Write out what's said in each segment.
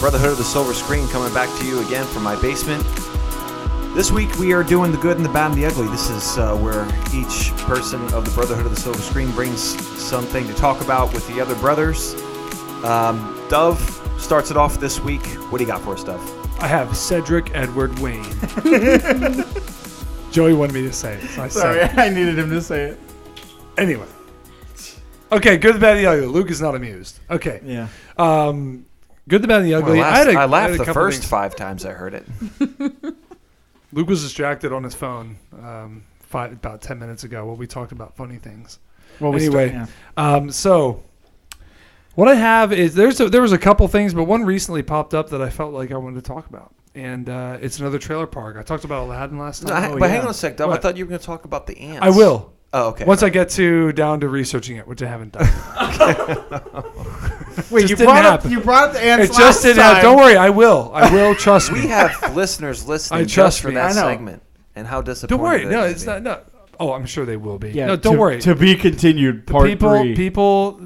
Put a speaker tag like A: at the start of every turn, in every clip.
A: Brotherhood of the Silver Screen coming back to you again from my basement. This week we are doing the good and the bad and the ugly. This is uh, where each person of the Brotherhood of the Silver Screen brings something to talk about with the other brothers. Um, Dove starts it off this week. What do you got for us, Dove?
B: I have Cedric Edward Wayne. Joey wanted me to say it, so I
C: Sorry,
B: said it.
C: I needed him to say it.
B: Anyway. Okay, good, the bad, and the ugly. Luke is not amused. Okay.
C: Yeah.
B: Um, good, the bad, and the
A: Well,
B: ugly.
A: I laughed,
B: had a-
A: I
B: had
A: laughed
B: a
A: the
B: couple
A: first
B: things.
A: five times I heard it.
B: Luke was distracted on his phone um, five, about 10 minutes ago while we talked about funny things.
C: Well, we
B: Anyway.
C: start-
B: Um, so, what I have is there's a, there was a couple things, but one recently popped up that I felt like I wanted to talk about, and uh, it's another trailer park. I talked about Aladdin last
A: No,
B: time.
A: I-
C: oh,
A: but
C: yeah.
A: hang on a sec, Dove. I
B: What?
A: thought you were going to talk about the ants.
B: I will
A: Oh, okay.
B: once I get to down to researching it, which I haven't done.
C: yeah. Wait,
B: just
C: you
B: didn't
C: brought up
B: happen.
C: you brought up the ants
B: it just
C: last
B: didn't. happen.
C: time.
B: Don't worry, I will. I will. Trust
A: we
B: me.
A: have listeners listening
B: I
A: just
B: trust
A: for
B: me.
A: that
C: I know.
A: segment. And how disappointed
B: Don't worry.
A: they
B: No,
A: would
B: it's
A: be.
B: not. No. Oh, I'm sure they will be.
C: Yeah,
B: no, don't
C: to-
B: worry.
C: To be continued.
B: The
C: Part
B: people,
C: three.
B: people,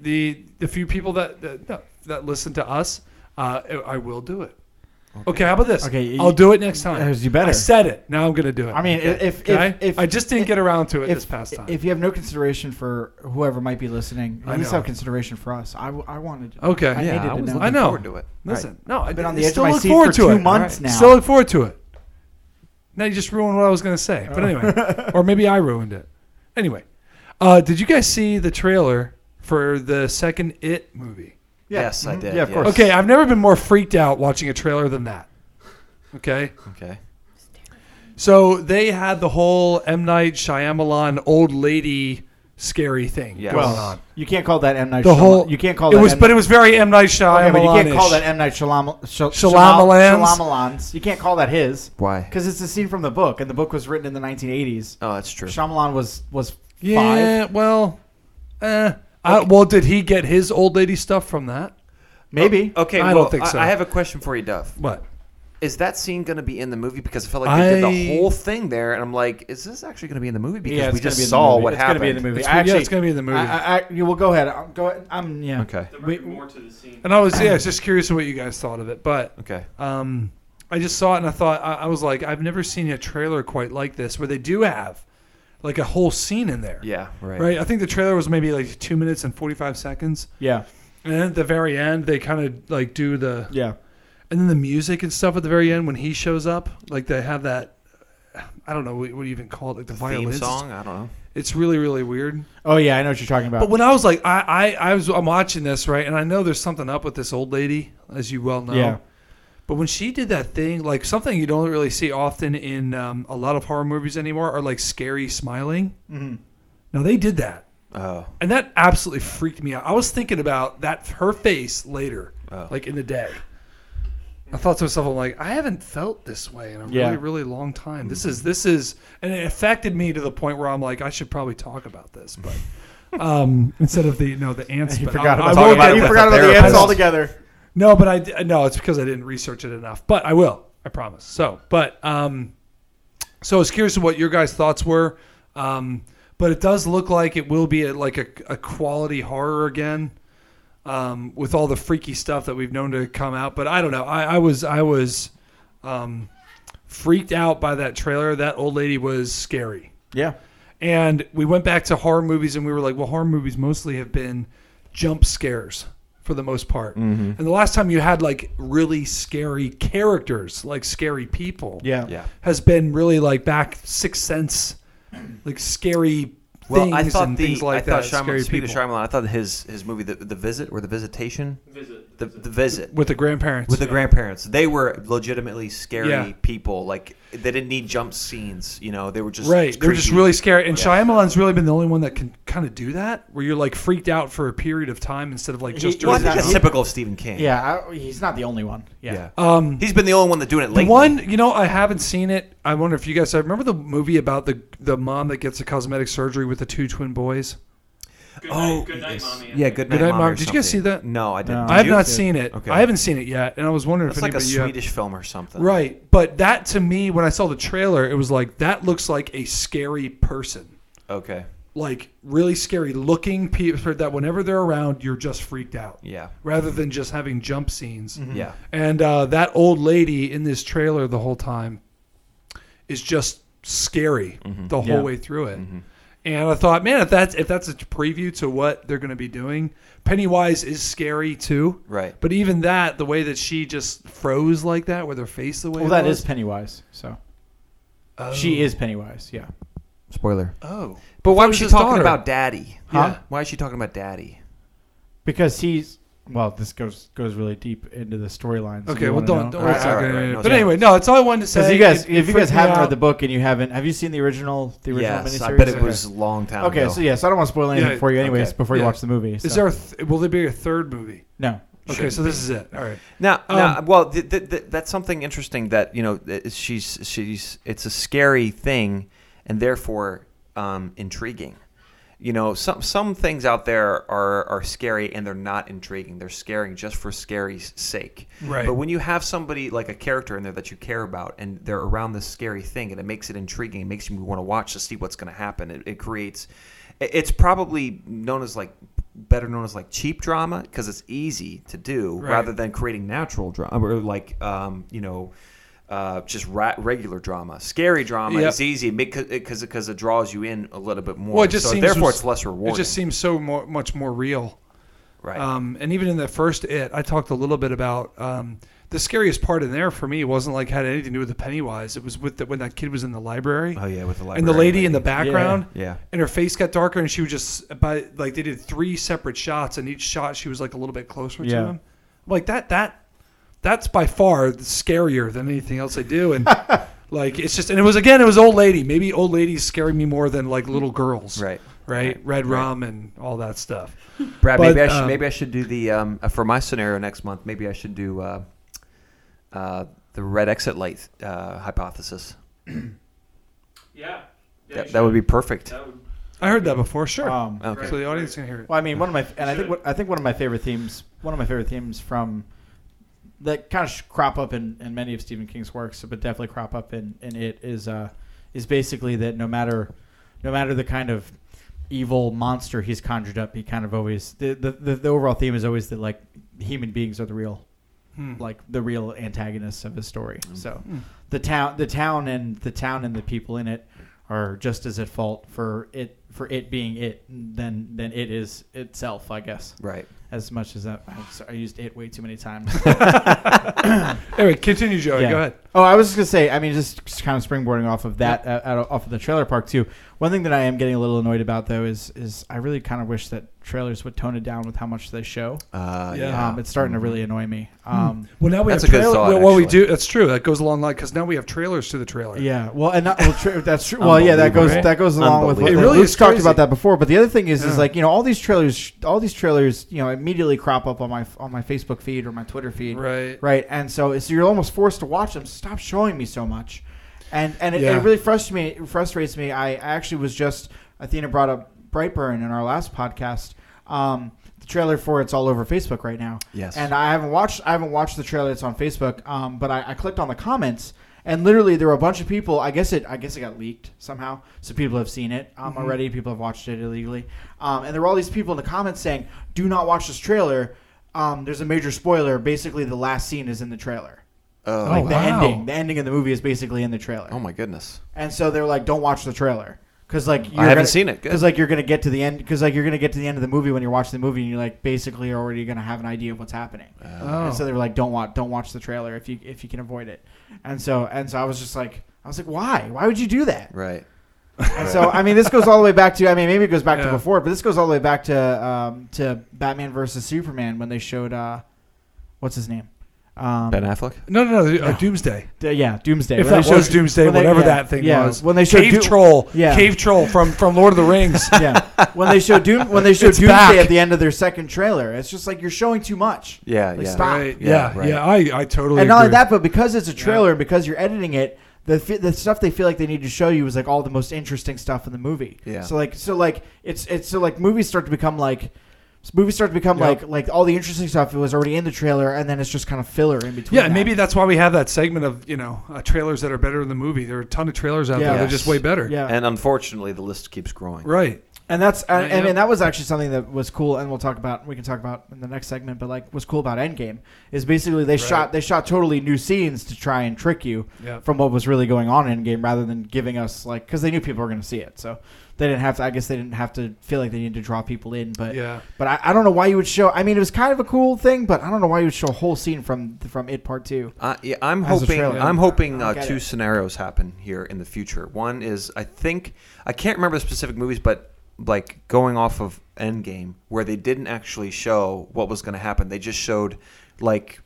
B: the the few people that that, no, that listen to us, uh, I will do it. Okay. how about this?
C: Okay,
B: I'll
C: you-
B: do it next time.
C: Yes, you better.
B: I said it. Now I'm gonna do it.
C: I mean, if if,
B: Okay?
C: if, if
B: I just didn't
C: if-
B: get around to it
C: if,
B: this past time.
C: If you have no consideration for whoever might be listening,
B: I
C: at least
B: know.
C: have consideration for us. I, w- I wanted. to-
B: Okay.
C: I
B: Yeah,
C: needed
A: I
C: to
A: was
C: know.
A: looking
B: I know.
A: forward to it.
B: Listen, no, I
C: I've been on
B: I
C: the edge of
B: still
C: my
B: look
C: seat
B: forward
C: for
B: to
C: two
B: it.
C: months now.
B: Still look forward to it. Now you just ruined what I was going to say.
C: Oh.
B: But anyway, or maybe I ruined it. Anyway, uh, did you guys see the trailer for the second It movie?
C: Yeah.
A: Yes, I
C: Mhm.
A: did,
C: Yeah, of
A: yes.
C: course.
B: Okay, I've never been more freaked out watching a trailer than that. Okay,
A: Okay.
B: so they had the whole M Night Shyamalan old lady scary thing
A: Yes.
B: going
A: Well,
B: on.
C: You can't call that M Night.
B: The
C: Shyamalan.
B: whole
C: You can't call
B: it
C: that
B: was,
C: M.
B: but it was very M Night
C: Okay,
B: Shyamalan.
C: but you can't call that M Night Shyamalan. Sh-
B: Shyamalan's?
C: Shyamalan's. You can't call that his
A: Why?
C: because it's a scene from the book, and the book was written in the 1980s.
A: Oh, that's true.
C: Shyamalan was was
B: Yeah,
C: five.
B: well, eh. I, well, did he get his old lady stuff from that?
C: Maybe.
A: Okay,
B: I don't
A: well,
B: think so.
A: I, I have a question for you, Duff.
B: What?
A: Is that scene going to be in the movie? Because I felt like they did the
B: I-
A: whole thing there, and I'm like, is this actually going to be in the movie? Because
C: Yeah, it's
A: we
C: gonna be in
A: just
C: the
A: saw
C: movie.
A: what
C: it's
A: happened.
C: gonna be in the movie.
B: It's-
C: I actually,
B: yeah, it's gonna be in the movie.
C: I, I, I, you will go ahead. I'm, go ahead. I'm yeah.
A: Okay.
C: We,
D: more to the scene.
B: And I was yeah, I was just curious what you guys thought of it, but
A: Okay.
B: um, I just saw it and I thought I, I was like, I've never seen a trailer quite like this where they do have like a whole scene in there.
A: Yeah. Right.
B: Right. I think the trailer was maybe like two minutes and forty five seconds,
C: yeah.
B: and then at the very end they kind of like do the
C: Yeah.
B: and then the music and stuff at the very end when he shows up, like they have that. I don't know what what do you even call it, like the,
A: Theme
B: violins.
A: song. I don't know.
B: It's really really weird.
C: Oh yeah, I know what you're talking about.
B: But when I was like, I, I, I was, I'm watching this right, and I know there's something up with this old lady, as you well know.
C: Yeah.
B: But when she did that thing, like something you don't really see often in um, a lot of horror movies anymore, are like scary smiling.
C: Mhm.
B: Now they did that,
A: Oh.
B: and that absolutely freaked me out. I was thinking about that her face later,
A: Oh.
B: like in the day. I thought to myself, I'm like, I haven't felt this way in a
C: Yeah.
B: really, really long time. This is this is, and it affected me to the point where I'm like, I should probably talk about this, but um, instead of the no the ants,
C: you
B: but
C: forgot
B: I- I
C: about,
B: will
C: talking
B: get-
C: about,
A: it
C: you
A: with
C: forgot
A: a
C: about the ants
B: therapist.
C: altogether.
B: no, but I d- no, it's because I didn't research it enough. But I will, I promise. So, but um, so I was curious what your guys' thoughts were. Um, but it does look like it will be a, like a, a quality horror again, um, with all the freaky stuff that we've known to come out. But I don't know. I, I was I was um, freaked out by that trailer. That old lady was scary.
C: Yeah.
B: And we went back to horror movies and we were like, well, horror movies mostly have been jump scares for the most part. And the last time you had like really scary characters, like scary people,
C: Yeah.
A: Yeah.
B: has been really like back Sixth Sense, like scary
A: Well,
B: things
A: I thought
B: and
A: the
B: things like
A: I thought
B: that.
A: Shyamalan,
B: scary
A: speaking of
B: people.
A: Shyamalan, I thought his his movie the, the visit or the visitation
D: Visit.
A: the the visit
B: With the grandparents.
A: with the grandparents they were legitimately scary
B: Yeah.
A: people like they didn't need jump scenes you know they were just
B: Right, they're just
A: creepy.
B: really scary, and Shyamalan's really been the only one that can kind of do that, where you're like freaked out for a period of time instead of like
C: He-
B: just.
C: he
A: Well, I
B: during
A: think
B: the
A: that's
B: jump.
A: typical of Stephen King.
C: Yeah. I, he's not the only one. Yeah.
A: yeah.
B: Um,
A: He's been the only one that doing it
B: The
A: lately.
B: one, you know, I haven't seen it. I wonder if you guys. I remember the movie about the the mom that gets the cosmetic surgery with the two twin boys.
D: Good
A: Oh,
D: night, good night,
A: yes.
D: mommy.
A: Yeah, good night,
B: Good Night,
A: mom.
B: Mom.
A: or
B: Did you guys
A: something.
B: see that?
A: No, I didn't.
C: No.
A: Did
B: I have
A: Oh, you?
B: not seen it.
A: Okay.
B: I haven't seen it yet, and I was wondering
A: That's
B: if
A: like a
B: anybody. you have-
A: Swedish film or something.
B: right, but that to me, when I saw the trailer, it was like that looks like a scary person.
A: Okay.
B: like really scary looking people that whenever they're around, you're just freaked out
A: Yeah.
B: rather than just having jump scenes.
C: Mm-hmm.
A: Yeah.
B: And uh, that old lady in this trailer the whole time is just scary the whole
C: Yeah.
B: way through it. And I thought, man, if that's if that's a preview to what they're going to be doing, Pennywise is scary too.
A: Right.
B: But even that, the way that she just froze like that with her face the way
C: Well,
B: it
C: that
B: was,
C: is Pennywise. So she is Pennywise. Yeah.
A: Spoiler.
B: Oh,
A: But why was
B: That was
A: she
B: his
A: talking
B: daughter.
A: about daddy?
B: Huh?
A: Yeah. Why is she talking about daddy?
C: Because he's well, this goes goes really deep into the storylines.
B: okay. Well, don't. don't
A: All right,
B: it's
A: all
B: not
A: right,
B: gonna-
A: all right. No,
B: but
A: yeah.
B: anyway, no, it's all I wanted to
C: Because
B: say.
C: you guys,
B: It- it
C: if you
B: freaked
C: guys
B: me
C: haven't
B: out.
C: read the book and you haven't, have you seen the original the original
A: Yes,
C: miniseries?
A: I bet it
C: Okay.
A: was a long time
C: Okay,
A: ago.
C: so yes, I don't want to spoil anything
B: Yeah,
C: for you, anyways.
A: okay.
C: Before you
A: Yeah.
C: watch the movie,
B: is
C: so-
B: there? A th- will there be a third movie?
C: no?
B: Okay, so this is it. All right.
A: Now, now,
B: Um,
A: well, th- th- th- that's something interesting that you know th- she's she's it's a scary thing, and therefore um, intriguing. You know, some some things out there are are scary and they're not intriguing. They're scaring just for scary's sake.
B: Right.
A: But when you have somebody like a character in there that you care about, and they're around this scary thing, and it makes it intriguing, it makes you want to watch to see what's going to happen. It, it creates. it- It's probably known as like better known as like cheap drama because it's easy to do
B: Right.
A: rather than creating natural drama or like um, you know uh, just ra- regular drama. Scary drama
B: Yep.
A: is easy because because it draws you in a little bit more.
B: Well, it just
A: so
B: seems
A: therefore
B: was-
A: it's less rewarding.
B: It just seems so more, much more real.
A: right.
B: Um, and even in the first it, I talked a little bit about um, the scariest part in there for me wasn't like had anything to do with the Pennywise. It was with the, when that kid was in the library.
A: oh yeah, with the library.
B: And the lady in the background,
A: Yeah. Yeah.
B: and her face got darker, and she was just by like they did three separate shots, and each shot she was like a little bit closer
C: Yeah.
B: to him. Like that, that, that's by far scarier than anything else I do, and like it's just, and it was again, it was old lady. Maybe old ladies scare me more than like little girls,
A: Right.
B: Right, red rum and all that stuff.
A: Brad,
B: But,
A: maybe I should
B: um,
A: maybe I should do the um, uh, for my scenario next month. Maybe I should do uh, uh, the red exit light uh, hypothesis.
D: Yeah.
A: That, that would be perfect.
B: I heard that before, sure.
C: Um,
A: Okay.
B: So the audience can hear it.
C: Well, I mean, one of my and I think what, I think one of my favorite themes, one of my favorite themes from that kind of crop up in, in many of Stephen King's works, but definitely crop up in, in it is uh, is basically that no matter no matter the kind of evil monster he's conjured up, he kind of always the the, the, the overall theme is always that like human beings are the real
B: Hmm.
C: like the real antagonists of his story. So the town, the town, and the town and the people in it are just as at fault for it for it being it than than it is itself. I guess
A: Right.
C: as much as that, I'm sorry, I used it way too many times.
B: Anyway, continue, Joey.
C: Yeah.
B: Go ahead.
C: Oh, I was just gonna say. I mean, just, just kind of springboarding off of that, uh, out of- off of the trailer park too. One thing that I am getting a little annoyed about though is is I really kind of wish that trailers would tone it down with how much they show.
A: Uh,
B: Yeah.
A: yeah.
C: Um, it's starting to really annoy me. Um,
B: Well, now we
A: Hmm. That's
B: have
A: a good
B: trailer-
A: thought,
B: well, What we
A: actually.
B: do, that's true. That goes along line because now we have trailers to the trailer.
C: Yeah, well, and not, well, tra- that's true. Well, yeah, that goes
A: Unbelievable.
C: that goes along with what
A: Unbelievable.
B: It really
C: Luke's
B: is
C: talked
B: crazy.
C: about that before. But the other thing is, is
B: Yeah.
C: like you know, all these trailers, all these trailers, you know, immediately crop up on my on my Facebook feed or my Twitter feed,
B: Right.
C: Right, and so so you're almost forced to watch them. Stop showing me so much, and and it,
B: Yeah.
C: it really frustrates me. It frustrates me. I actually was just Athena brought up Brightburn in our last podcast. Um, the trailer for it's all over Facebook right now.
A: Mm-hmm. Yes.
C: and I haven't watched I haven't watched the trailer that's on Facebook. Um, but I, I clicked on the comments and literally there were a bunch of people. I guess it I guess it got leaked somehow. So people have seen it
A: Mm-hmm.
C: um, already. People have watched it illegally. Um, and there were all these people in the comments saying, "Do not watch this trailer." Um, there's a major spoiler. Basically, the last scene is in the trailer.
A: Oh,
C: like the
B: wow.
C: ending, the ending of the movie is basically in the trailer.
A: oh my goodness.
C: And so they're like, "Don't watch the trailer." Because like you're
A: haven't
C: gonna-
A: seen it. Good.
C: Because like you're gonna get to the end. Because like you're gonna get to the end of the movie when you're watching the movie, and you're like basically already gonna have an idea of what's happening.
B: Oh.
C: And so they were like, "Don't watch, don't watch the trailer if you if you can avoid it." And so and so I was just like, I was like, "Why? Why would you do that?"
A: Right.
C: And so I mean, this goes all the way back to I mean, maybe it goes back to
B: Yeah.
C: before, but this goes all the way back to um, to Batman versus Superman when they showed uh, what's his name? Um,
A: Ben Affleck.
B: No, no, no. Uh, Doomsday.
C: D- yeah, Doomsday.
B: If
C: When
B: that
C: they showed-
B: was Doomsday,
C: when they-
B: whatever
C: yeah,
B: that thing
C: yeah,
B: was.
C: when they showed
B: cave
C: Doom-
B: troll.
C: yeah.
B: Cave troll from from Lord of the Rings.
C: yeah. When they show Doom, when they show
B: It's
C: Doomsday
B: back.
C: at the end of their second trailer, it's just like you're showing too much.
A: Yeah.
C: Like,
A: yeah.
C: stop.
B: Right.
A: Yeah,
B: Yeah.
A: right.
B: Yeah. I I totally.
C: and not only
B: agree.
C: that, but because it's a trailer and because you're editing it, the fi- the stuff they feel like they need to show you is like all the most interesting stuff in the movie.
A: Yeah.
C: So like so like it's it's so like movies start to become like. s- Movies start to become
B: Yep.
C: like like all the interesting stuff it was already in the trailer, and then it's just kind of filler in between.
B: Yeah, and
C: that.
B: maybe that's why we have that segment of you know uh, trailers that are better than the movie. There are a ton of trailers out
C: Yeah.
B: there; they're
A: Yes.
B: just way better.
C: yeah,
A: And unfortunately, the list keeps growing.
B: Right.
C: And that's
B: Yeah,
C: and, and,
B: Uh, yeah.
C: and that was actually something that was cool, and we'll talk about we can talk about in the next segment. But like, what's cool about Endgame is basically they shot they shot totally new scenes to try and trick you
B: Yeah.
C: from what was really going on in Endgame, rather than giving us like because they knew people were going to see it, so they didn't have to. I guess they didn't have to feel like they needed to draw people in, but
B: Yeah.
C: But I, I don't know why you would show. I mean, it was kind of a cool thing, but I don't know why you would show a whole scene from from it part two.
A: Uh, yeah, I'm
C: As a
A: hoping
C: trailer.
A: I'm hoping
C: I
A: uh,
C: don't get
A: two
C: it.
A: scenarios happen here in the future. One is I think I can't remember the specific movies, but like going off of Endgame, where they didn't actually show what was going to happen. They just showed like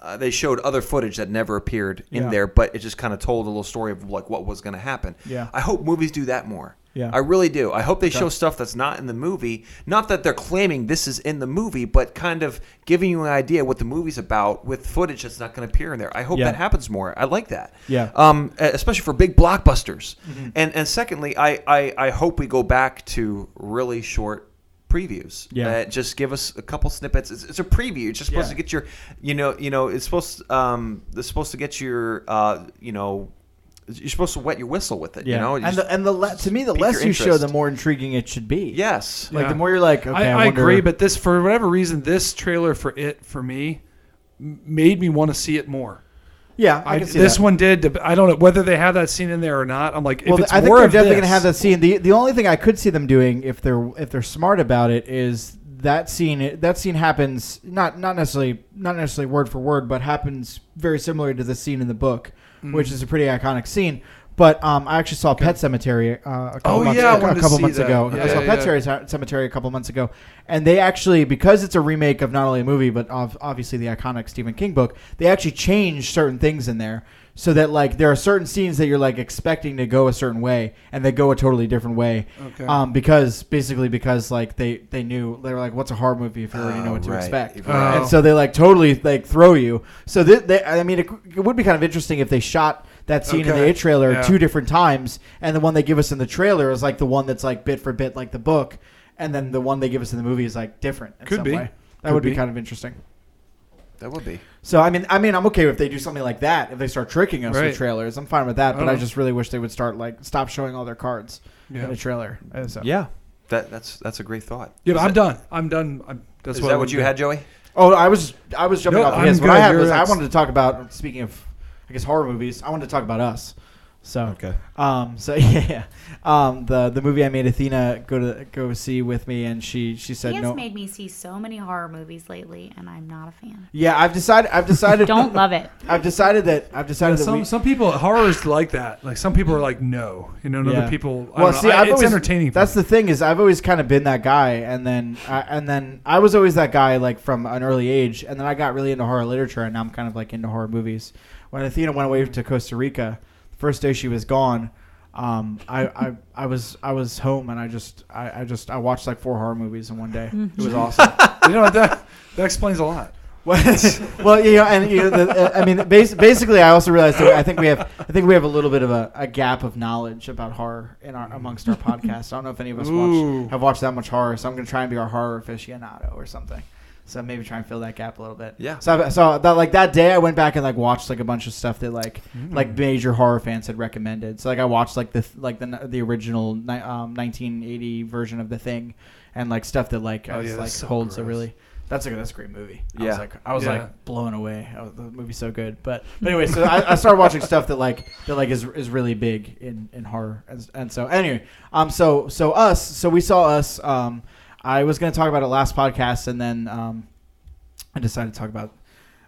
A: uh, they showed other footage that never appeared in
C: Yeah.
A: there, but it just kind of told a little story of like what was going to happen.
C: Yeah.
A: I hope movies do that more.
C: Yeah.
A: I really do. I hope they show stuff that's not in the movie. Not that they're claiming this is in the movie, but kind of giving you an idea what the movie's about with footage that's not going to appear in there. I hope
C: Yeah.
A: that happens more. I like that.
C: Yeah. Mm-hmm.
A: Um, e- especially for big blockbusters. And and secondly, I, I I hope we go back to really short previews.
C: Yeah.
A: Uh, just give us a couple snippets. It's, it's a preview. It's just supposed
C: Yeah.
A: to get your, you know, you know, it's supposed um, it's supposed to get your, uh, you know. You're supposed to wet your whistle with it, you know.
C: and the, and the le- to me, the
A: pique your
C: less you show,
A: interest.
C: the more intriguing it should be.
A: Yes.
C: like
B: Yeah.
C: the more you're like, okay, I,
B: I, I
C: wonder-
B: agree, but this for whatever reason, this trailer for it for me m- made me want to see it more.
C: yeah, I,
B: I,
C: can see
B: this
C: that.
B: one did. dep- I don't know whether they have that scene in there or not. I'm like,
C: Well,
B: if it's
C: I think
B: more
C: they're
B: of
C: definitely
B: this,
C: gonna have that scene. The the only thing I could see them doing if they're if they're smart about it is that scene that scene happens not not necessarily not necessarily word for word, but happens very similar to the scene in the
B: Mm.
C: book,
B: Mm-hmm.
C: which is a pretty iconic scene. But um, I actually saw Pet Cemetery uh, a couple
B: Oh,
C: months,
B: yeah, I
C: a, a
B: wanted to
C: couple
B: see
C: months
B: that.
C: ago. I
B: Yeah,
C: saw
B: yeah,
C: Pet
B: yeah.
C: Cemetery- Cemetery a couple months ago, and they actually because it's a remake of not only a movie but of obviously the iconic Stephen King book, they actually changed certain things in there so that like there are certain scenes that you're like expecting to go a certain way and they go a totally different way.
B: Okay.
C: Um, because basically because like they they knew they were like, what's a horror movie if you already know
A: Oh,
C: what to
B: Ah,
A: right.
C: expect?
A: Right.
B: Oh.
C: And so they like totally like throw you. So thi- they, I mean, it, it would be kind of interesting if they shot that scene in the
B: Okay.
C: it trailer
B: Yeah.
C: two different times, and the one they give us in the trailer is like the one that's like bit for bit like the book, and then the one they give us in the movie is like different. In
B: Could
C: some
B: be.
C: Way. That
B: Could
C: would be.
B: be.
C: kind of interesting.
A: That would be.
C: So I mean, I mean, I'm okay if they do something like that. If they start tricking us
B: Right.
C: with trailers, I'm fine with that. But I
B: Uh-huh.
C: just really wish they would start like stop showing all their cards in
B: Yeah,
C: a trailer. Uh, so-
A: Yeah. That that's that's a great thought.
B: yeah but
A: is
B: I'm
A: that,
B: done. I'm done. I'm, that's
A: is
B: what I
A: that
B: would
A: what you
B: do.
A: had, Joey?
C: Oh, I was I was jumping
B: No,
C: off
B: I'm
C: his. What I
B: good.
C: had
B: You're
C: was I
B: next.
C: wanted to talk about. Speaking of, I guess horror movies. I wanted to talk about us. So Um. So yeah. Um. The the movie I made Athena go to go see with me, and she she said
E: He has
C: no.
E: made me see so many horror movies lately, and I'm not a fan.
C: yeah, I've decided. I've decided.
E: Don't love it.
C: I've decided that. I've decided that
B: Some
C: we.
B: some people horrors like that. Like some people are like no, you know, and
C: Yeah.
B: other people. I
C: well,
B: don't
C: see,
B: know. I-
C: I've
B: it's
C: always,
B: entertaining.
C: That's the thing is, I've always kind of been that guy, and then I, and then I was always that guy like from an early age, and then I got really into horror literature, and now I'm kind of like into horror movies. When Athena went away to Costa Rica, the first day she was gone, um, I, I I was I was home, and I just I, I just I watched like four horror movies in one day. It was awesome.
B: you know that that explains a lot.
C: What? well, you know, and you know, the, uh, I mean, bas- basically, I also realized that I think we have, I think we have a little bit of a, a gap of knowledge about horror in our amongst our podcast. I don't know if any of us
B: Ooh.
C: watch, have watched that much horror, so I'm going to try and be our horror aficionado or something. So maybe try and fill that gap a little bit.
A: Yeah.
C: So, I, so that like that day, I went back and like watched like a bunch of stuff that like
B: Mm.
C: like major horror fans had recommended. So like I watched like the th- like the the original ni- um, 1980 version of the thing, and like stuff that like I
B: Oh,
C: was,
B: yeah,
C: like
B: that's so
C: holds a
B: gross.
C: really that's a that's a great movie. I was
A: Yeah.
C: like I was
B: Yeah.
C: like blown away. I was, the movie's so good. But, but anyway, so I, I started watching stuff that like that like is is really big in in horror. And, and so anyway, um, so so us, so we saw us. Um, I was gonna talk about it last podcast, and then um, I decided to talk about.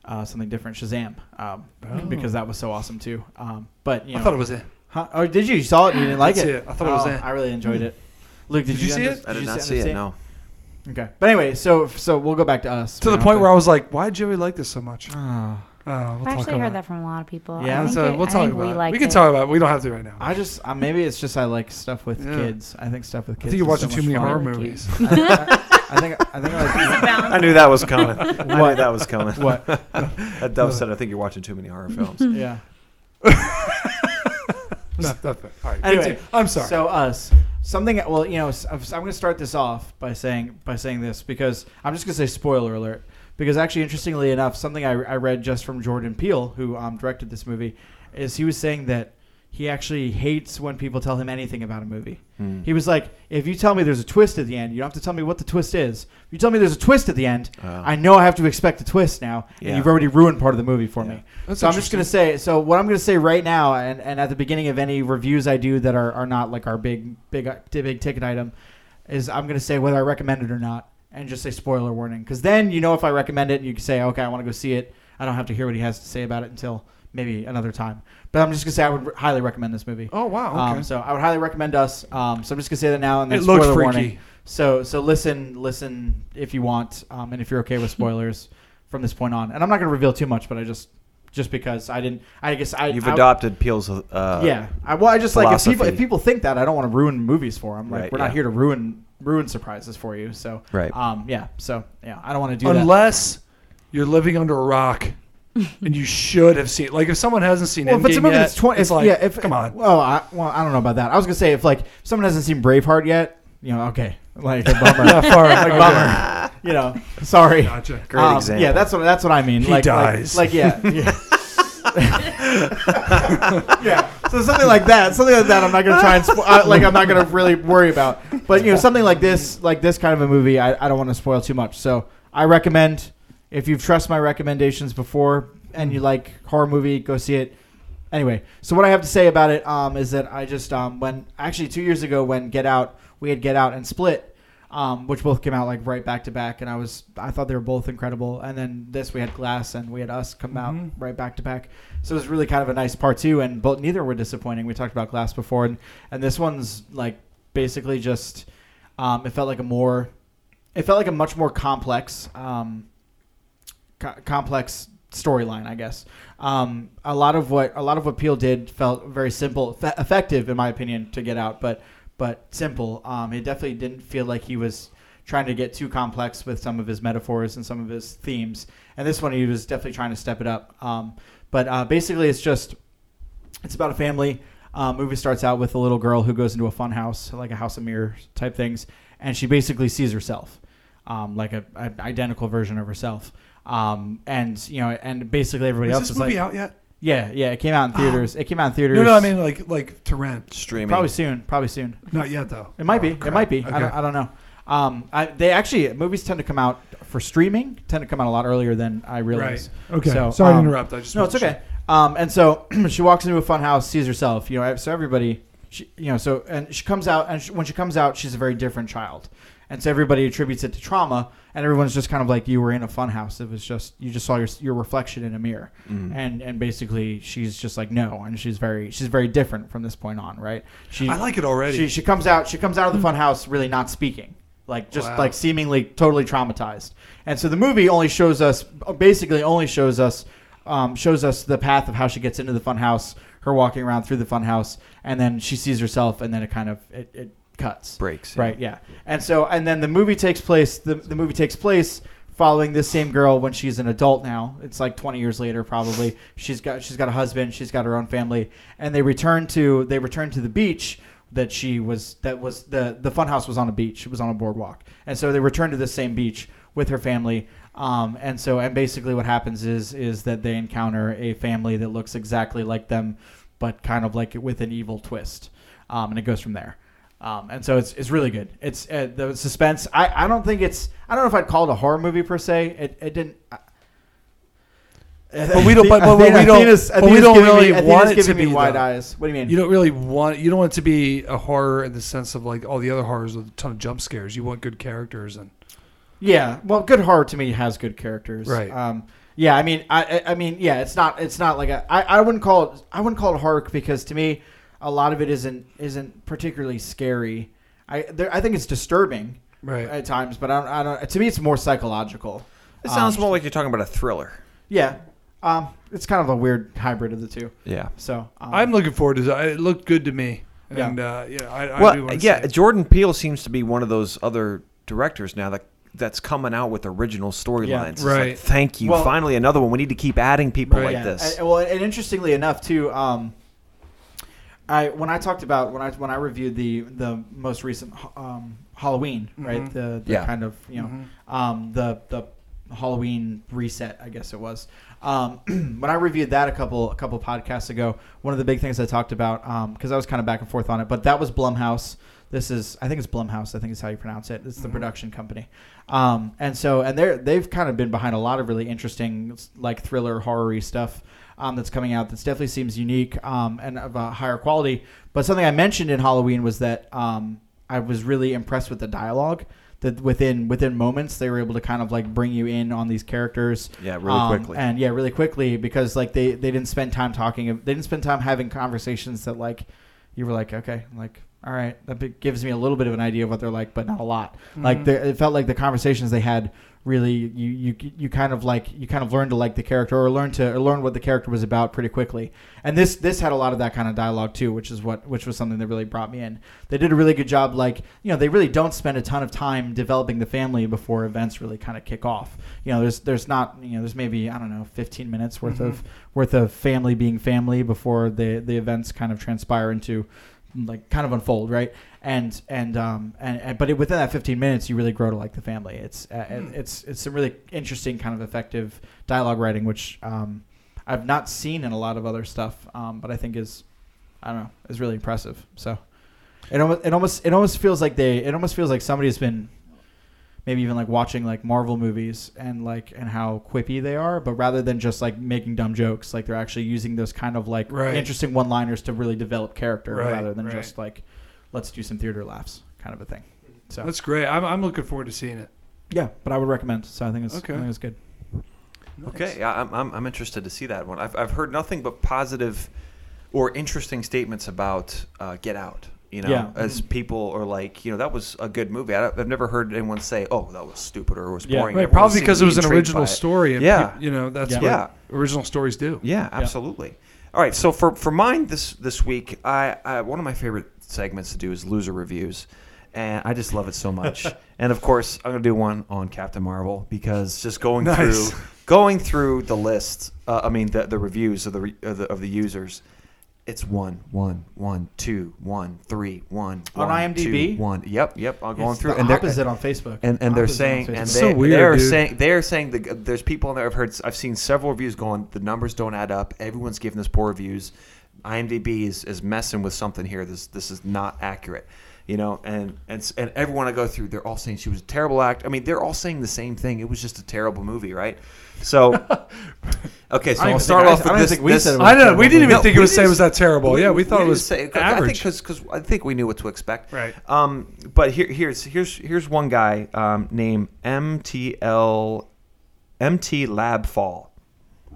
C: Uh, something different, Shazam, um,
B: Oh.
C: because that was so awesome too. Um, but you know,
B: I thought it was it.
C: Huh? Oh, did you? You saw it and you didn't like
B: That's
C: it?
B: it. I thought it was
C: Oh,
B: that.
C: I really enjoyed it. Luke, did,
B: Did you see
C: end
B: it?
A: I did
C: you
A: not
C: end
A: see
C: up
A: it.
C: seeing
A: No.
C: Okay. But anyway, so so we'll go back to us.
B: To the point where I was like, why did Joey like this so much? Oh,
C: Oh,
B: we'll
E: I've
B: talk
E: actually
B: about
E: heard
B: it.
E: that from a lot of people.
C: Yeah,
E: I
C: that's
E: think
B: So
E: it-
B: we'll
E: I
B: talk
E: think
B: about
E: we
B: it.
E: liked
B: we can
E: it.
B: talk about it. We don't have to right now.
C: I just uh, maybe it's just I like stuff with
B: Yeah.
C: kids. I think stuff with
B: I
C: kids.
B: think you're
C: is so
B: watching too many
C: much fun.
B: horror
E: Thank you.
B: movies.
C: I think I think I like
A: I knew that was coming. I knew
C: What?
A: that was coming.
C: what?
A: That Dove said, I think you're watching too many horror films.
C: Yeah.
B: no, nothing. All right.
C: Anyway,
B: continue. I'm sorry.
C: So us something. Well, you know, s- I'm going to start this off by saying by saying this because I'm just going to say spoiler alert. Because actually, interestingly enough, something I, I read just from Jordan Peele, who um, directed this movie, is he was saying that he actually hates when people tell him anything about a movie.
B: Hmm.
A: Mm.
C: He was like, if you tell me there's a twist at the end, you don't have to tell me what the twist is. If you tell me there's a twist at the end,
A: Oh.
C: I know I have to expect a twist now,
A: Yeah.
C: and you've already ruined part of the movie for
A: Yeah.
C: me.
B: That's
C: so I'm just gonna say. So what I'm gonna say right now, and, and at the beginning of any reviews I do that are, are not like our big big big ticket item, is I'm gonna say whether I recommend it or not, and just say spoiler warning, because then you know if I recommend it, and you can say, okay, I want to go see it. I don't have to hear what he has to say about it until maybe another time. But I'm just gonna say I would highly recommend this movie.
B: Oh wow. Okay.
C: Um, so I would highly recommend us. Um, so I'm just gonna say that now and then
B: it looked
C: spoiler
B: freaky.
C: warning. So so listen listen if you want, um, and if you're okay with spoilers from this point on. And I'm not gonna reveal too much, but I just just because I didn't, I guess I
A: You've
C: I-
A: adopted Peel's. Uh,
C: yeah, I, well, I just like if people
A: philosophy.
C: if people think that I don't want to ruin movies for them. Like
A: Right,
C: we're
A: yeah.
C: not here to ruin ruin surprises for you. So
A: Right.
C: um, yeah, so yeah, I don't want to do that.
B: Unless you're living under a rock and you should have seen. Like if someone hasn't seen
C: Well,
B: it,
C: if it's a movie
B: yet,
C: that's twenty,
B: it's like
C: yeah, if,
B: come on.
C: Well, I, well, I don't know about that. I was gonna say if like someone hasn't seen Braveheart yet, you know, okay, like a bummer,
B: Yeah, far.
C: like
B: Okay.
C: bummer, you know, sorry.
B: Gotcha.
A: Great
C: Um,
A: example.
C: Yeah, that's what that's what I mean.
B: He
C: like, like-
B: dies.
C: Like, yeah. yeah. yeah. So something like that, something like that. I'm not gonna try and spo- I, like I'm not gonna really worry about. But you know, something like this, like this kind of a movie, I, I don't want to spoil too much. So I recommend if you've trust my recommendations before and you like horror movie, go see it. Anyway, so what I have to say about it um, is that I just um, when actually two years ago when Get Out we had Get Out and Split, um, which both came out like right back to back, and I was I thought they were both incredible. And then this we had Glass and we had Us come
B: Mhm.
C: out right back to back, so it was really kind of a nice part two. And both neither were disappointing. We talked about Glass before, and and this one's like basically just um, it felt like a more it felt like a much more complex um, co- complex storyline i guess um, a lot of what a lot of what peel did felt very simple fe- effective in my opinion to get out but but simple um, it definitely didn't feel like he was trying to get too complex with some of his metaphors and some of his themes and this one he was definitely trying to step it up um, but uh, basically it's just it's about a family. Um, movie starts out with a little girl who goes into a fun house, like a house of mirrors type things, and she basically sees herself, um, like a, a identical version of herself. Um, and you know, and basically everybody
B: Is
C: else
B: this
C: is
B: movie
C: like,
B: out yet?
C: yeah, yeah. It came out in theaters. it came out in theaters.
B: No, no. I mean, like, like to rent.
A: Streaming.
C: probably soon. Probably soon.
B: Not yet, though.
C: It might
B: Oh,
C: be. It
B: crap.
C: might be.
B: Okay.
C: I, don't, I don't know. Um, I, they actually movies tend to come out for streaming tend to come out a lot earlier than I realize.
B: Right. Okay.
C: So,
B: Sorry
C: um,
B: to interrupt. I just
C: No, it's
B: wanted to-
C: okay. Um, and so she walks into a fun house, sees herself, you know, so everybody, she, you know, so, and she comes out, and she, when she comes out, she's a very different child. And so everybody attributes it to trauma, and everyone's just kind of like, you were in a fun house. It was just, you just saw your, your reflection in a mirror.
B: Mm-hmm.
C: And, and basically, she's just like, no. And she's very, she's very different from this point on, right? She,
B: I like it already.
C: she, she comes out. She comes out of the funhouse really not speaking, like just
B: Wow.
C: like seemingly totally traumatized. And so the movie only shows us, basically only shows us, um, shows us the path of how she gets into the funhouse, her walking around through the funhouse, and then she sees herself, and then it kind of it, it cuts.
A: breaks. yeah.
C: Right. Yeah. And so, and then the movie takes place. The, the movie takes place following this same girl when she's an adult now. It's like 20 years later, probably. She's got she's got a husband. She's got her own family, and they return to they return to the beach that she was that was the the funhouse was on a beach. It was on a boardwalk, and so they return to the same beach with her family. Um, and so, and basically, what happens is is that they encounter a family that looks exactly like them, but kind of like with an evil twist, um, and it goes from there. Um, and so it's, it's really good. It's uh, the suspense. I, I don't think it's I don't know if I'd call it a horror movie per se. It, it didn't. I,
B: But we don't- but- but we
C: Athena-
B: don't-
C: Athena's-
B: but we
C: Athena's
B: don't
C: giving
B: really
C: me, Athena's
B: want it
C: giving
B: to
C: me
B: be,
C: wide
B: though.
C: eyes. What do you mean?
B: You don't really want you don't want it to be a horror in the sense of like all the other horrors with a ton of jump scares. You want good characters and
C: Yeah, well, good horror to me has good characters.
B: Right.
C: Um, yeah, I mean, I, I I mean, yeah, it's not, it's not like a, I, I wouldn't call it, I wouldn't call it horror because to me, a lot of it isn't, isn't particularly scary. I, there, I think it's disturbing
B: right.
C: at times, but I don't, I don't. To me, it's more psychological.
A: It sounds
C: Um,
A: more like you're talking about a thriller.
C: Yeah. Um, it's kind of a weird hybrid of the two.
A: Yeah.
C: So um,
B: I'm looking forward to it. It looked good to me.
C: Yeah.
B: And uh, yeah, I, I do
A: well,
B: want to
A: yeah, Jordan Peele seems to be one of those other directors now that that's coming out with original storylines. It's like,
B: Right.
A: Thank you.
C: Well-
A: Finally, another one. We need to keep adding people
B: Right.
A: like this.
C: And- well, and interestingly enough, too, um, I when I talked about when I when I reviewed the the most recent um, Halloween, right? The, the
A: Yeah.
C: kind of you know um, the the Halloween reset, I guess it was. Um, when I reviewed that a couple a couple podcasts ago, one of the big things I talked about because I was kind of back and forth on it, but that was Blumhouse. This is I think it's Blumhouse. I think is how you pronounce it. It's the production company, um, and so and they they've kind of been behind a lot of really interesting like thriller horror stuff. Um, that's coming out that's definitely seems unique um, and of a higher quality. But something I mentioned in Halloween was that um, I was really impressed with the dialogue. That within within moments they were able to kind of like bring you in on these characters.
A: Yeah, really
C: um,
A: quickly.
C: And yeah, really quickly because like they they didn't spend time talking. They didn't spend time having conversations that like you were like okay like. All right, that bit- gives me a little bit of an idea of what they're like, but not a lot. Like the, it felt like the conversations they had really you, you you kind of like you kind of learn to like the character or learn to or learn what the character was about pretty quickly. And this this had a lot of that kind of dialogue too, which is what which was something that really brought me in. They did a really good job like, you know, they really don't spend a ton of time developing the family before events really kind of kick off. You know, there's there's not, you know, there's maybe I don't know, 15 minutes worth of worth of family being family before the the events kind of transpire into like kind of unfold, right? And and um and, and but it, within that 15 minutes, you really grow to like the family. It's uh, and it's it's some really interesting kind of effective dialogue writing, which um I've not seen in a lot of other stuff, um, but I think is I don't know is really impressive. So it almost it almost it almost feels like they it almost feels like somebody's been maybe even like watching like Marvel movies and like and how quippy they are, but rather than just like making dumb jokes, like they're actually using those kind of like
B: Right.
C: interesting one liners to really develop character
B: Right,
C: rather than
B: right.
C: just like let's do some theater laughs kind of a thing. So
B: That's great. I'm, I'm looking forward to seeing it.
C: yeah, but I would recommend. So I think it's
B: Okay.
C: I think it's good.
A: Okay, yeah, I'm, I'm, I'm interested to see that one. I've, I've heard nothing but positive or interesting statements about uh, Get Out. You know,
C: Yeah.
A: as
B: Mm-hmm.
A: people are like, you know, that was a good movie. I don't, I've never heard anyone say, "Oh, that was stupid" or "It was
C: Yeah.
A: boring."
B: Right,
A: Everyone
B: probably
A: seemed
B: because
A: to be
B: it was an
A: intrigued by
B: original
A: it.
B: story. and
A: Yeah.
B: peop- you know that's
C: Yeah.
B: what
A: Yeah.
B: original stories do.
A: Yeah, absolutely. All right, so for, for mine this this week, I, I one of my favorite segments to do is loser reviews, and I just love it so much. and of course, I'm gonna do one on Captain Marvel because just going
B: Nice.
A: through going through the list, uh, I mean the, the reviews of the, re, of the of the users, it's one one one two one three one
C: On
A: one,
C: IMDb?
A: two, one. Yep, yep. I'm going
C: It's
A: through
C: the
A: and they're
C: opposite on Facebook.
A: and and they're
C: Opposite on
A: saying
C: Facebook.
A: and
B: It's
A: they,
B: so weird,
A: they're
B: dude.
A: saying they're saying the, there's people in there I've heard I've seen several reviews going the numbers don't add up everyone's giving this poor reviews IMDb is, is messing with something here this this is not accurate you know and and s- and everyone I go through they're all saying she was a terrible act I mean they're all saying the same thing it was just a terrible movie right so okay so
C: I don't
A: I'll
C: even
A: start
C: think I-
A: off
C: I don't
A: with this,
C: think we
A: this
C: said it was
B: I know. We didn't even
A: No,
B: think it
A: we
B: was say it
A: didn't-
B: was that terrible. Yeah, we thought it
A: didn't
B: was
A: say- 'cause I
B: average.
A: think because I think we knew what to expect.
B: Right.
A: Um, but here, here's here's here's one guy um, named MTL MT Lab Fall.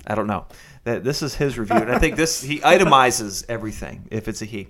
A: I don't know. That this is his review, and I think this he itemizes everything. If it's a he,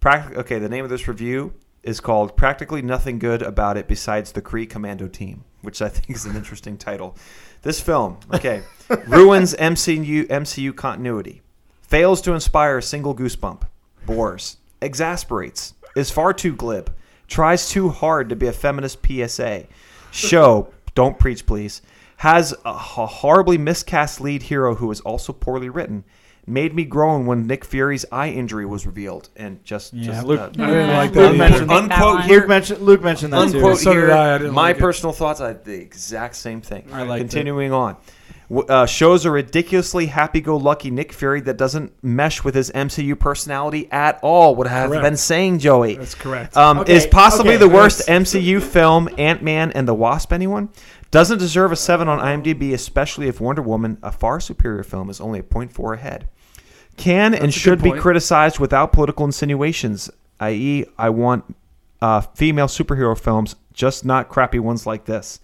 A: Pract- okay. The name of this review is called "Practically Nothing Good About It Besides the Kree Commando Team," which I think is an interesting title. This film, okay, ruins MCU MCU continuity, fails to inspire a single goosebump, bores, exasperates, is far too glib, tries too hard to be a feminist PSA, show don't preach please has a ho- horribly miscast lead hero who is also poorly written made me groan when nick fury's eye injury was revealed and just,
C: Yeah,
A: just
C: Luke-
A: uh,
B: I didn't
E: Yeah.
B: like
C: Luke
B: that. either.
E: mentioned-
A: unquote,
E: That one.
A: here
C: Luke mentioned Luke mentioned that
A: unquote
C: too.
B: So did
A: here
B: I. I didn't
A: my
B: like it.
A: personal thoughts I, the exact same thing
C: I liked it.
A: continuing on W- uh, shows a ridiculously happy-go-lucky nick fury that doesn't mesh with his mcu personality at all would have
B: Correct.
A: been saying joey
B: That's correct. uh,
A: um,
C: Okay,
A: is possibly
C: okay,
A: the worst
C: that's-
A: MCU film, Ant Man and the Wasp. Anyone doesn't deserve a seven on IMDb, especially if Wonder Woman, a far superior film, is only a point four ahead. Can and
B: a good
A: should be
B: point.
A: criticized without political insinuations, i.e., I want uh, female superhero films, just not crappy ones like this.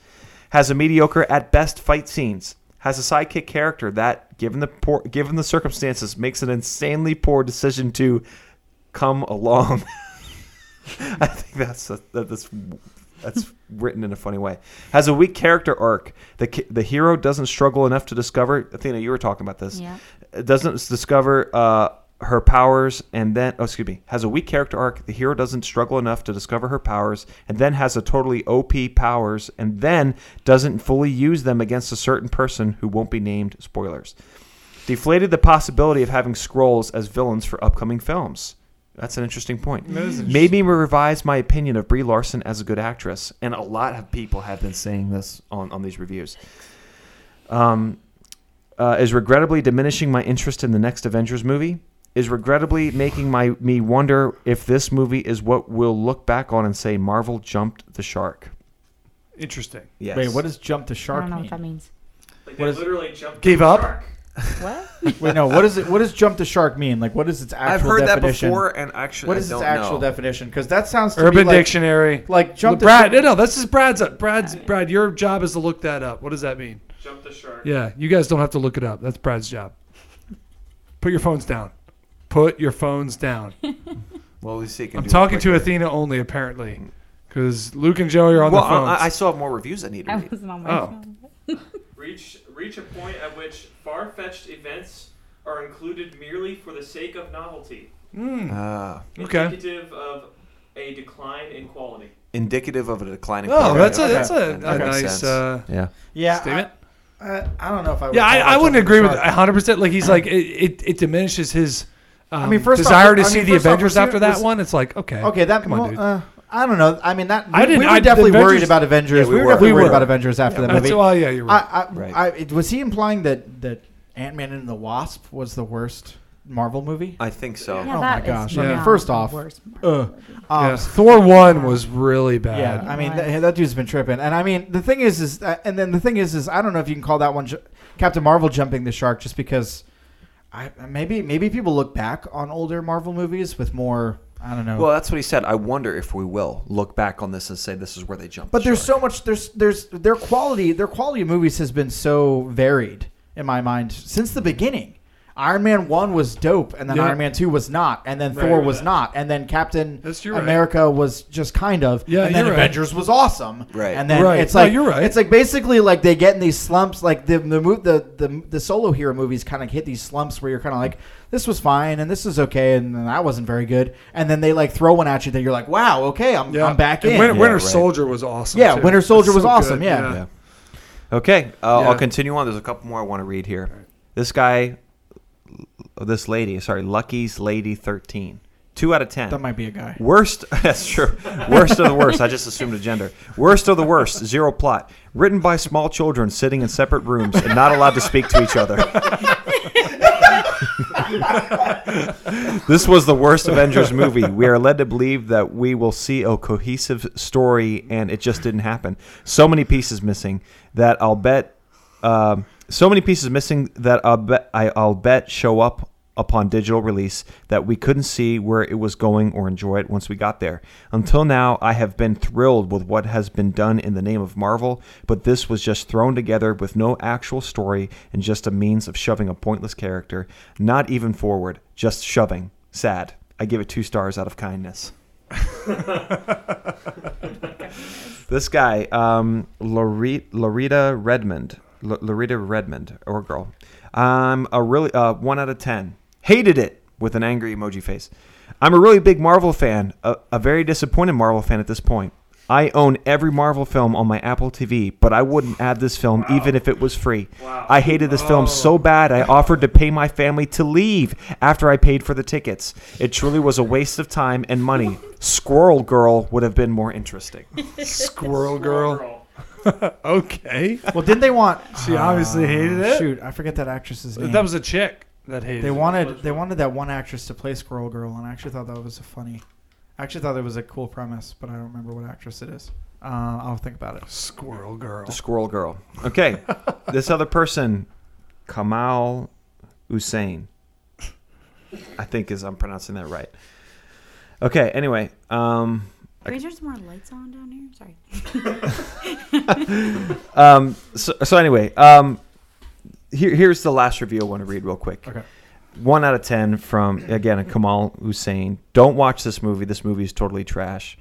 A: Has a mediocre at best fight scenes. Has a sidekick character that, given the poor, given the circumstances, makes an insanely poor decision to come along. I think that's that, that's that's written in a funny way. Has a weak character arc. The ki- the hero doesn't struggle enough to discover. Athena, you were talking about this.
E: Yeah.
A: Doesn't discover uh, her powers, and then oh, excuse me, has a weak character arc. The hero doesn't struggle enough to discover her powers, and then has a totally OP powers, and then doesn't fully use them against a certain person who won't be named. Spoilers. Deflated the possibility of having scrolls as villains for upcoming films. That's an interesting point.
B: Mm-hmm.
A: Made me revise my opinion of Brie Larson as a good actress, and a lot of people have been saying this on, on these reviews. um, uh, is regrettably diminishing my interest in the next Avengers movie. Is regrettably making my me wonder if this movie is what we'll look back on and say Marvel jumped the shark.
B: Interesting.
A: Yes.
C: Wait, what does jump the
E: I
C: shark
E: don't know what
C: mean?
E: that means.
D: Like they
C: What is-
D: literally jumped.
B: Gave
D: the
B: up?
D: shark.
E: What?
C: Wait, no. What is it? What does jump the shark mean? Like, what is its actual
A: I've heard
C: definition?
A: that before, and actually,
C: What
A: I
C: is its
A: don't
C: actual
A: know.
C: definition? Because that sounds to
B: Urban
C: me like,
B: Dictionary.
C: Like jump the
B: Brad,
C: shark.
B: no, no, this is Brad's. up. Brad's Brad. Your job is to look that up. What does that mean?
D: Jumped the shark.
B: Yeah, you guys don't have to look it up. That's Brad's job. Put your phones down. Put your phones down.
A: Well, we see. it can
B: I'm
A: do it
B: talking to
A: quicker.
B: Athena only, apparently, because Luke and Joey are on
A: Well,
B: the phones.
A: I, I still have more reviews I need to
E: I
A: read.
E: wasn't on my
B: Oh.
E: phone.
D: Reach reach a point at which far-fetched events are included merely for the sake of novelty,
B: Mm.
A: Ah,
B: Okay.
D: indicative of a decline in quality.
A: indicative of a declining.
B: Oh,
A: quality.
B: that's a
C: Okay.
B: that's a,
A: That
B: a
A: makes
B: nice
A: sense.
B: uh,
A: yeah.
C: Yeah.
B: statement.
C: I, I, I don't know if I. Would
B: yeah, I,
C: call that
B: I wouldn't
C: jumping the
B: agree with
C: shark.
B: 100. percent Like he's like it, it, it diminishes his. Um,
C: mean, first off,
B: desire to
C: I mean,
B: see the
C: first off,
B: Avengers
C: let's-
B: after that
C: let's-
B: one. It's like okay,
C: Okay, that
B: come on,
C: well,
B: dude.
C: Uh, I don't know. I mean, that
B: I
C: we-
B: didn't-
C: We
B: I-
C: were
B: the
C: definitely worried
B: Avengers-
C: about Avengers.
A: Yeah,
C: we,
A: we
C: were,
A: were.
C: definitely
B: We
C: worried
B: were.
C: about Avengers after the
B: that's
C: movie.
B: well, yeah, you're right.
C: uh, I, I,
A: Right.
C: I, it- was he implying that that Ant Man and the Wasp was the worst Marvel movie?
A: I think so.
E: Yeah,
C: Oh my
E: that is
C: gosh,
B: I mean,
E: not
C: first
E: the
C: off,
E: worst Marvel
C: uh,
E: movie.
B: yeah.
C: Um,
B: Thor one was really bad.
C: Yeah, I mean
E: Right.
C: that, that dude's been tripping, and I mean the thing is, is uh, and then the thing is, is I don't know if you can call that one ju- Captain Marvel jumping the shark, just because I maybe maybe people look back on older Marvel movies with more I don't know.
A: Well, that's what he said. I wonder if we will look back on this and say this is where they jumped.
C: but
A: the
C: there's
A: shark.
C: so much there's there's their quality their quality of movies has been so varied in my mind since the beginning. Iron Man one was dope, and then
B: Yeah.
C: Iron Man two was not, and then
B: Right.
C: Thor was
D: Yeah.
C: not, and then Captain
B: That's- you're right.
C: America was just kind of,
B: Yeah,
C: and then
B: you're right.
C: Avengers was awesome,
A: Right.
C: And then
B: Right.
C: it's
B: No,
C: like
B: you're right.
C: It's like basically like they get in these slumps, like the the mo- the, the the solo hero movies kind of hit these slumps where you're kind of like this was fine and this is okay and then that wasn't very good, and then they like throw one at you that you're like wow okay I'm, I'm back
B: And
C: in.
B: Winter,
A: Yeah,
B: Winter
A: right.
B: Soldier was awesome.
C: Yeah,
B: too.
C: Winter Soldier
B: It's
C: was
B: so
C: awesome,
B: good,
C: yeah.
A: Yeah. Okay, uh,
B: Yeah.
A: I'll continue on. There's a couple more I want to read here. This guy, this lady, sorry, Lucky's Lady 13. Two out of ten.
C: That might be a guy.
A: Worst, that's true. Worst of the worst. I just assumed a gender. Worst of the worst. Zero plot. Written by small children sitting in separate rooms and not allowed to speak to each other. this was the worst Avengers movie. We are led to believe that we will see a cohesive story, and it just didn't happen. So many pieces missing that I'll bet. Um, so many pieces missing that I'll bet I, I'll bet show up upon digital release that we couldn't see where it was going or enjoy it once we got there. Until now, I have been thrilled with what has been done in the name of Marvel, but this was just thrown together with no actual story and just a means of shoving a pointless character, not even forward, just shoving. Sad. I give it two stars out of kindness. this guy, um, Lore- Loretta Redmond, L- Loretta Redmond, or girl, um, a really uh, one out of ten. Hated it with an angry emoji face. I'm a really big Marvel fan, a, a very disappointed Marvel fan at this point. I own every Marvel film on my Apple TV, but I wouldn't add this film even if it was free.
D: Wow.
A: I hated this film so bad I offered to pay my family to leave after I paid for the tickets. It truly was a waste of time and money. Squirrel Girl would have been more interesting.
B: yeah. Squirrel Girl.
D: Girl.
B: okay.
C: Well, didn't they want?
B: She obviously hated it.
C: Oh, Shoot, I forget that actress's name.
B: That was a chick that hated.
C: they
B: it.
C: wanted they wanted that one actress to play Squirrel Girl, and I actually thought that was a funny. I actually thought that was a cool premise, but I don't remember what actress it is. Uh, I'll think about it.
B: Squirrel Girl.
A: The Squirrel Girl. Okay. this other person, Kamal Hussein. I think is I'm pronouncing that right. Okay, anyway, um
E: Can we turn some more lights on down here? Sorry.
A: um, so, so anyway, um, here, here's the last review I want to read real quick.
C: Okay.
A: One out of ten from again Kamal Hussein. Don't watch this movie. This movie is totally trash.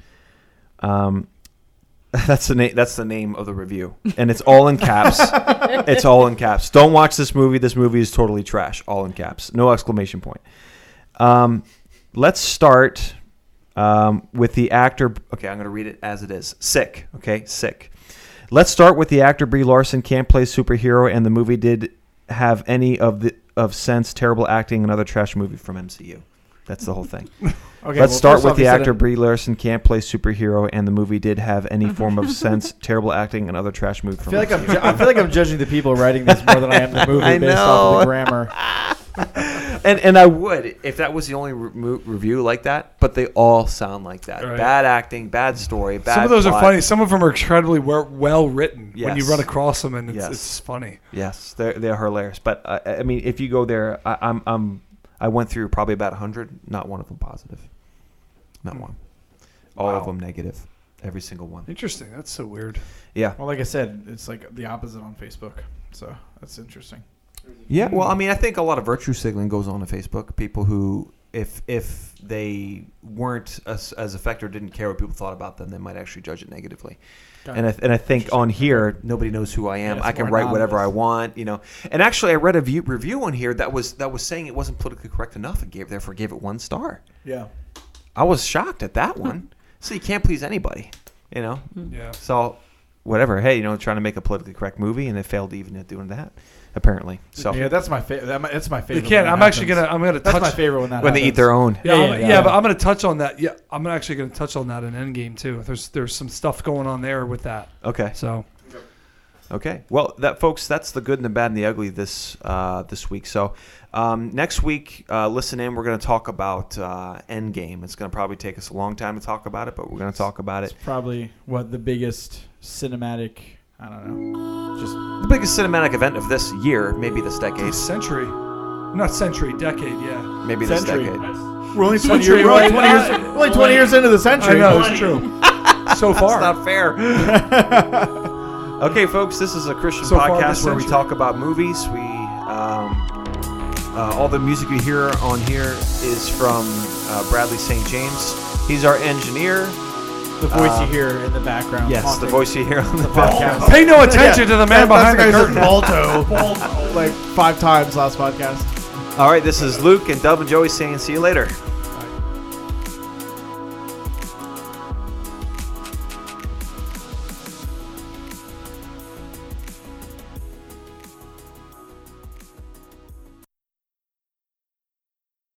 A: Um, that's the name. That's the name of the review, and it's all in caps. it's all in caps. Don't watch this movie. This movie is totally trash. All in caps. No exclamation point. Um, let's start um, with the actor. Okay, I'm going to read it as it is. Sick. Okay, sick. Let's start with the actor Brie Larson can't play superhero, and the movie did have any of the of sense. Terrible acting, another trash movie from MCU. That's the whole thing.
C: Okay,
A: Let's
C: well,
A: start
C: first
A: with
C: off,
A: the
C: he said
A: actor
C: it-
A: Brie Larson can't play superhero, and the movie did have any form of sense, terrible acting, and other trash mood
C: I
A: from
C: feel like
A: us.
C: I'm ju- I feel like I'm judging the people writing this more than I am the movie
A: I
C: based off of
A: know.
C: the grammar.
A: and and I would if that was the only re- mo- review like that, but they all sound like that.
B: Right.
A: Bad acting, bad story, bad.
B: Some of those are
A: plot.
B: funny. Some of them are incredibly well written when you
A: Yes.
B: run across them, and it's,
A: Yes.
B: it's funny.
A: Yes, they're they're hilarious. But uh, I mean, if you go there, I, I'm I'm I went through probably about hundred. Not one of them positive. Not one. All of
B: Wow.
A: them negative. Every single one.
B: Interesting. That's so weird.
A: Yeah.
C: Well, like I said, it's like the opposite on Facebook. So that's interesting.
A: Yeah. Well, I mean, I think a lot of virtue signaling goes on on Facebook. People who, if if they weren't as, as affected or didn't care what people thought about them, they might actually judge it negatively.
C: Got
A: and I, and I think on here nobody knows who I am.
C: Yeah, it's
A: I can
C: more
A: write whatever I
C: anonymous.
A: want, you know. And actually, I read a view, review on here that was that was saying it wasn't politically correct enough. and gave therefore gave it one star.
C: Yeah.
A: I was shocked at
C: Hmm.
A: that one. so you can't please anybody, you know.
B: Yeah.
A: So whatever. Hey, you know, trying to make a politically correct movie and they failed even at doing that. Apparently, so
C: yeah, that's my favorite. That, mi- that's my
B: They
C: favorite.
B: can't.
C: when
B: I'm
C: that
B: actually gonna.
C: happens.
B: I'm gonna
C: That's
B: touch.
C: my favorite when that.
A: when they eat their own.
B: Yeah,
C: Yeah,
B: I'm- yeah,
C: yeah, yeah.
B: but I'm gonna touch on that. Yeah, I'm actually gonna touch on that in Endgame too. There's there's some stuff going on there with that.
A: Okay.
B: So
A: Okay. Well, that folks, that's the good and the bad and the ugly this uh, this week. So um, next week, uh, listen in. We're going to talk about uh, Endgame. It's going to probably take us a long time to talk about it, but we're going to talk about
C: It's
A: it.
C: probably what the biggest cinematic. I don't know. Just
A: The biggest cinematic event of this year, maybe this decade,
B: century, not century, decade. Yeah.
A: maybe this
C: Century.
A: decade.
B: We're only
C: 20 years, we're only 20 years, we're only 20 years into the
B: I
C: century.
B: know it's true. So far.
A: That's not fair. okay, folks, this is a Christian
B: So far
A: podcast
B: this
A: where we
B: century.
A: talk about movies. We um, uh, all the music you hear on here is from uh, Bradley St. James. He's our engineer.
C: The voice
A: Uh,
C: you hear in the background.
A: Yes, the
C: haunting.
A: voice you hear on the podcast.
B: Pay no attention to the man behind the curtain.
C: Balto like five times last podcast.
A: All right, this is Luke and Dub and Joey saying see you later.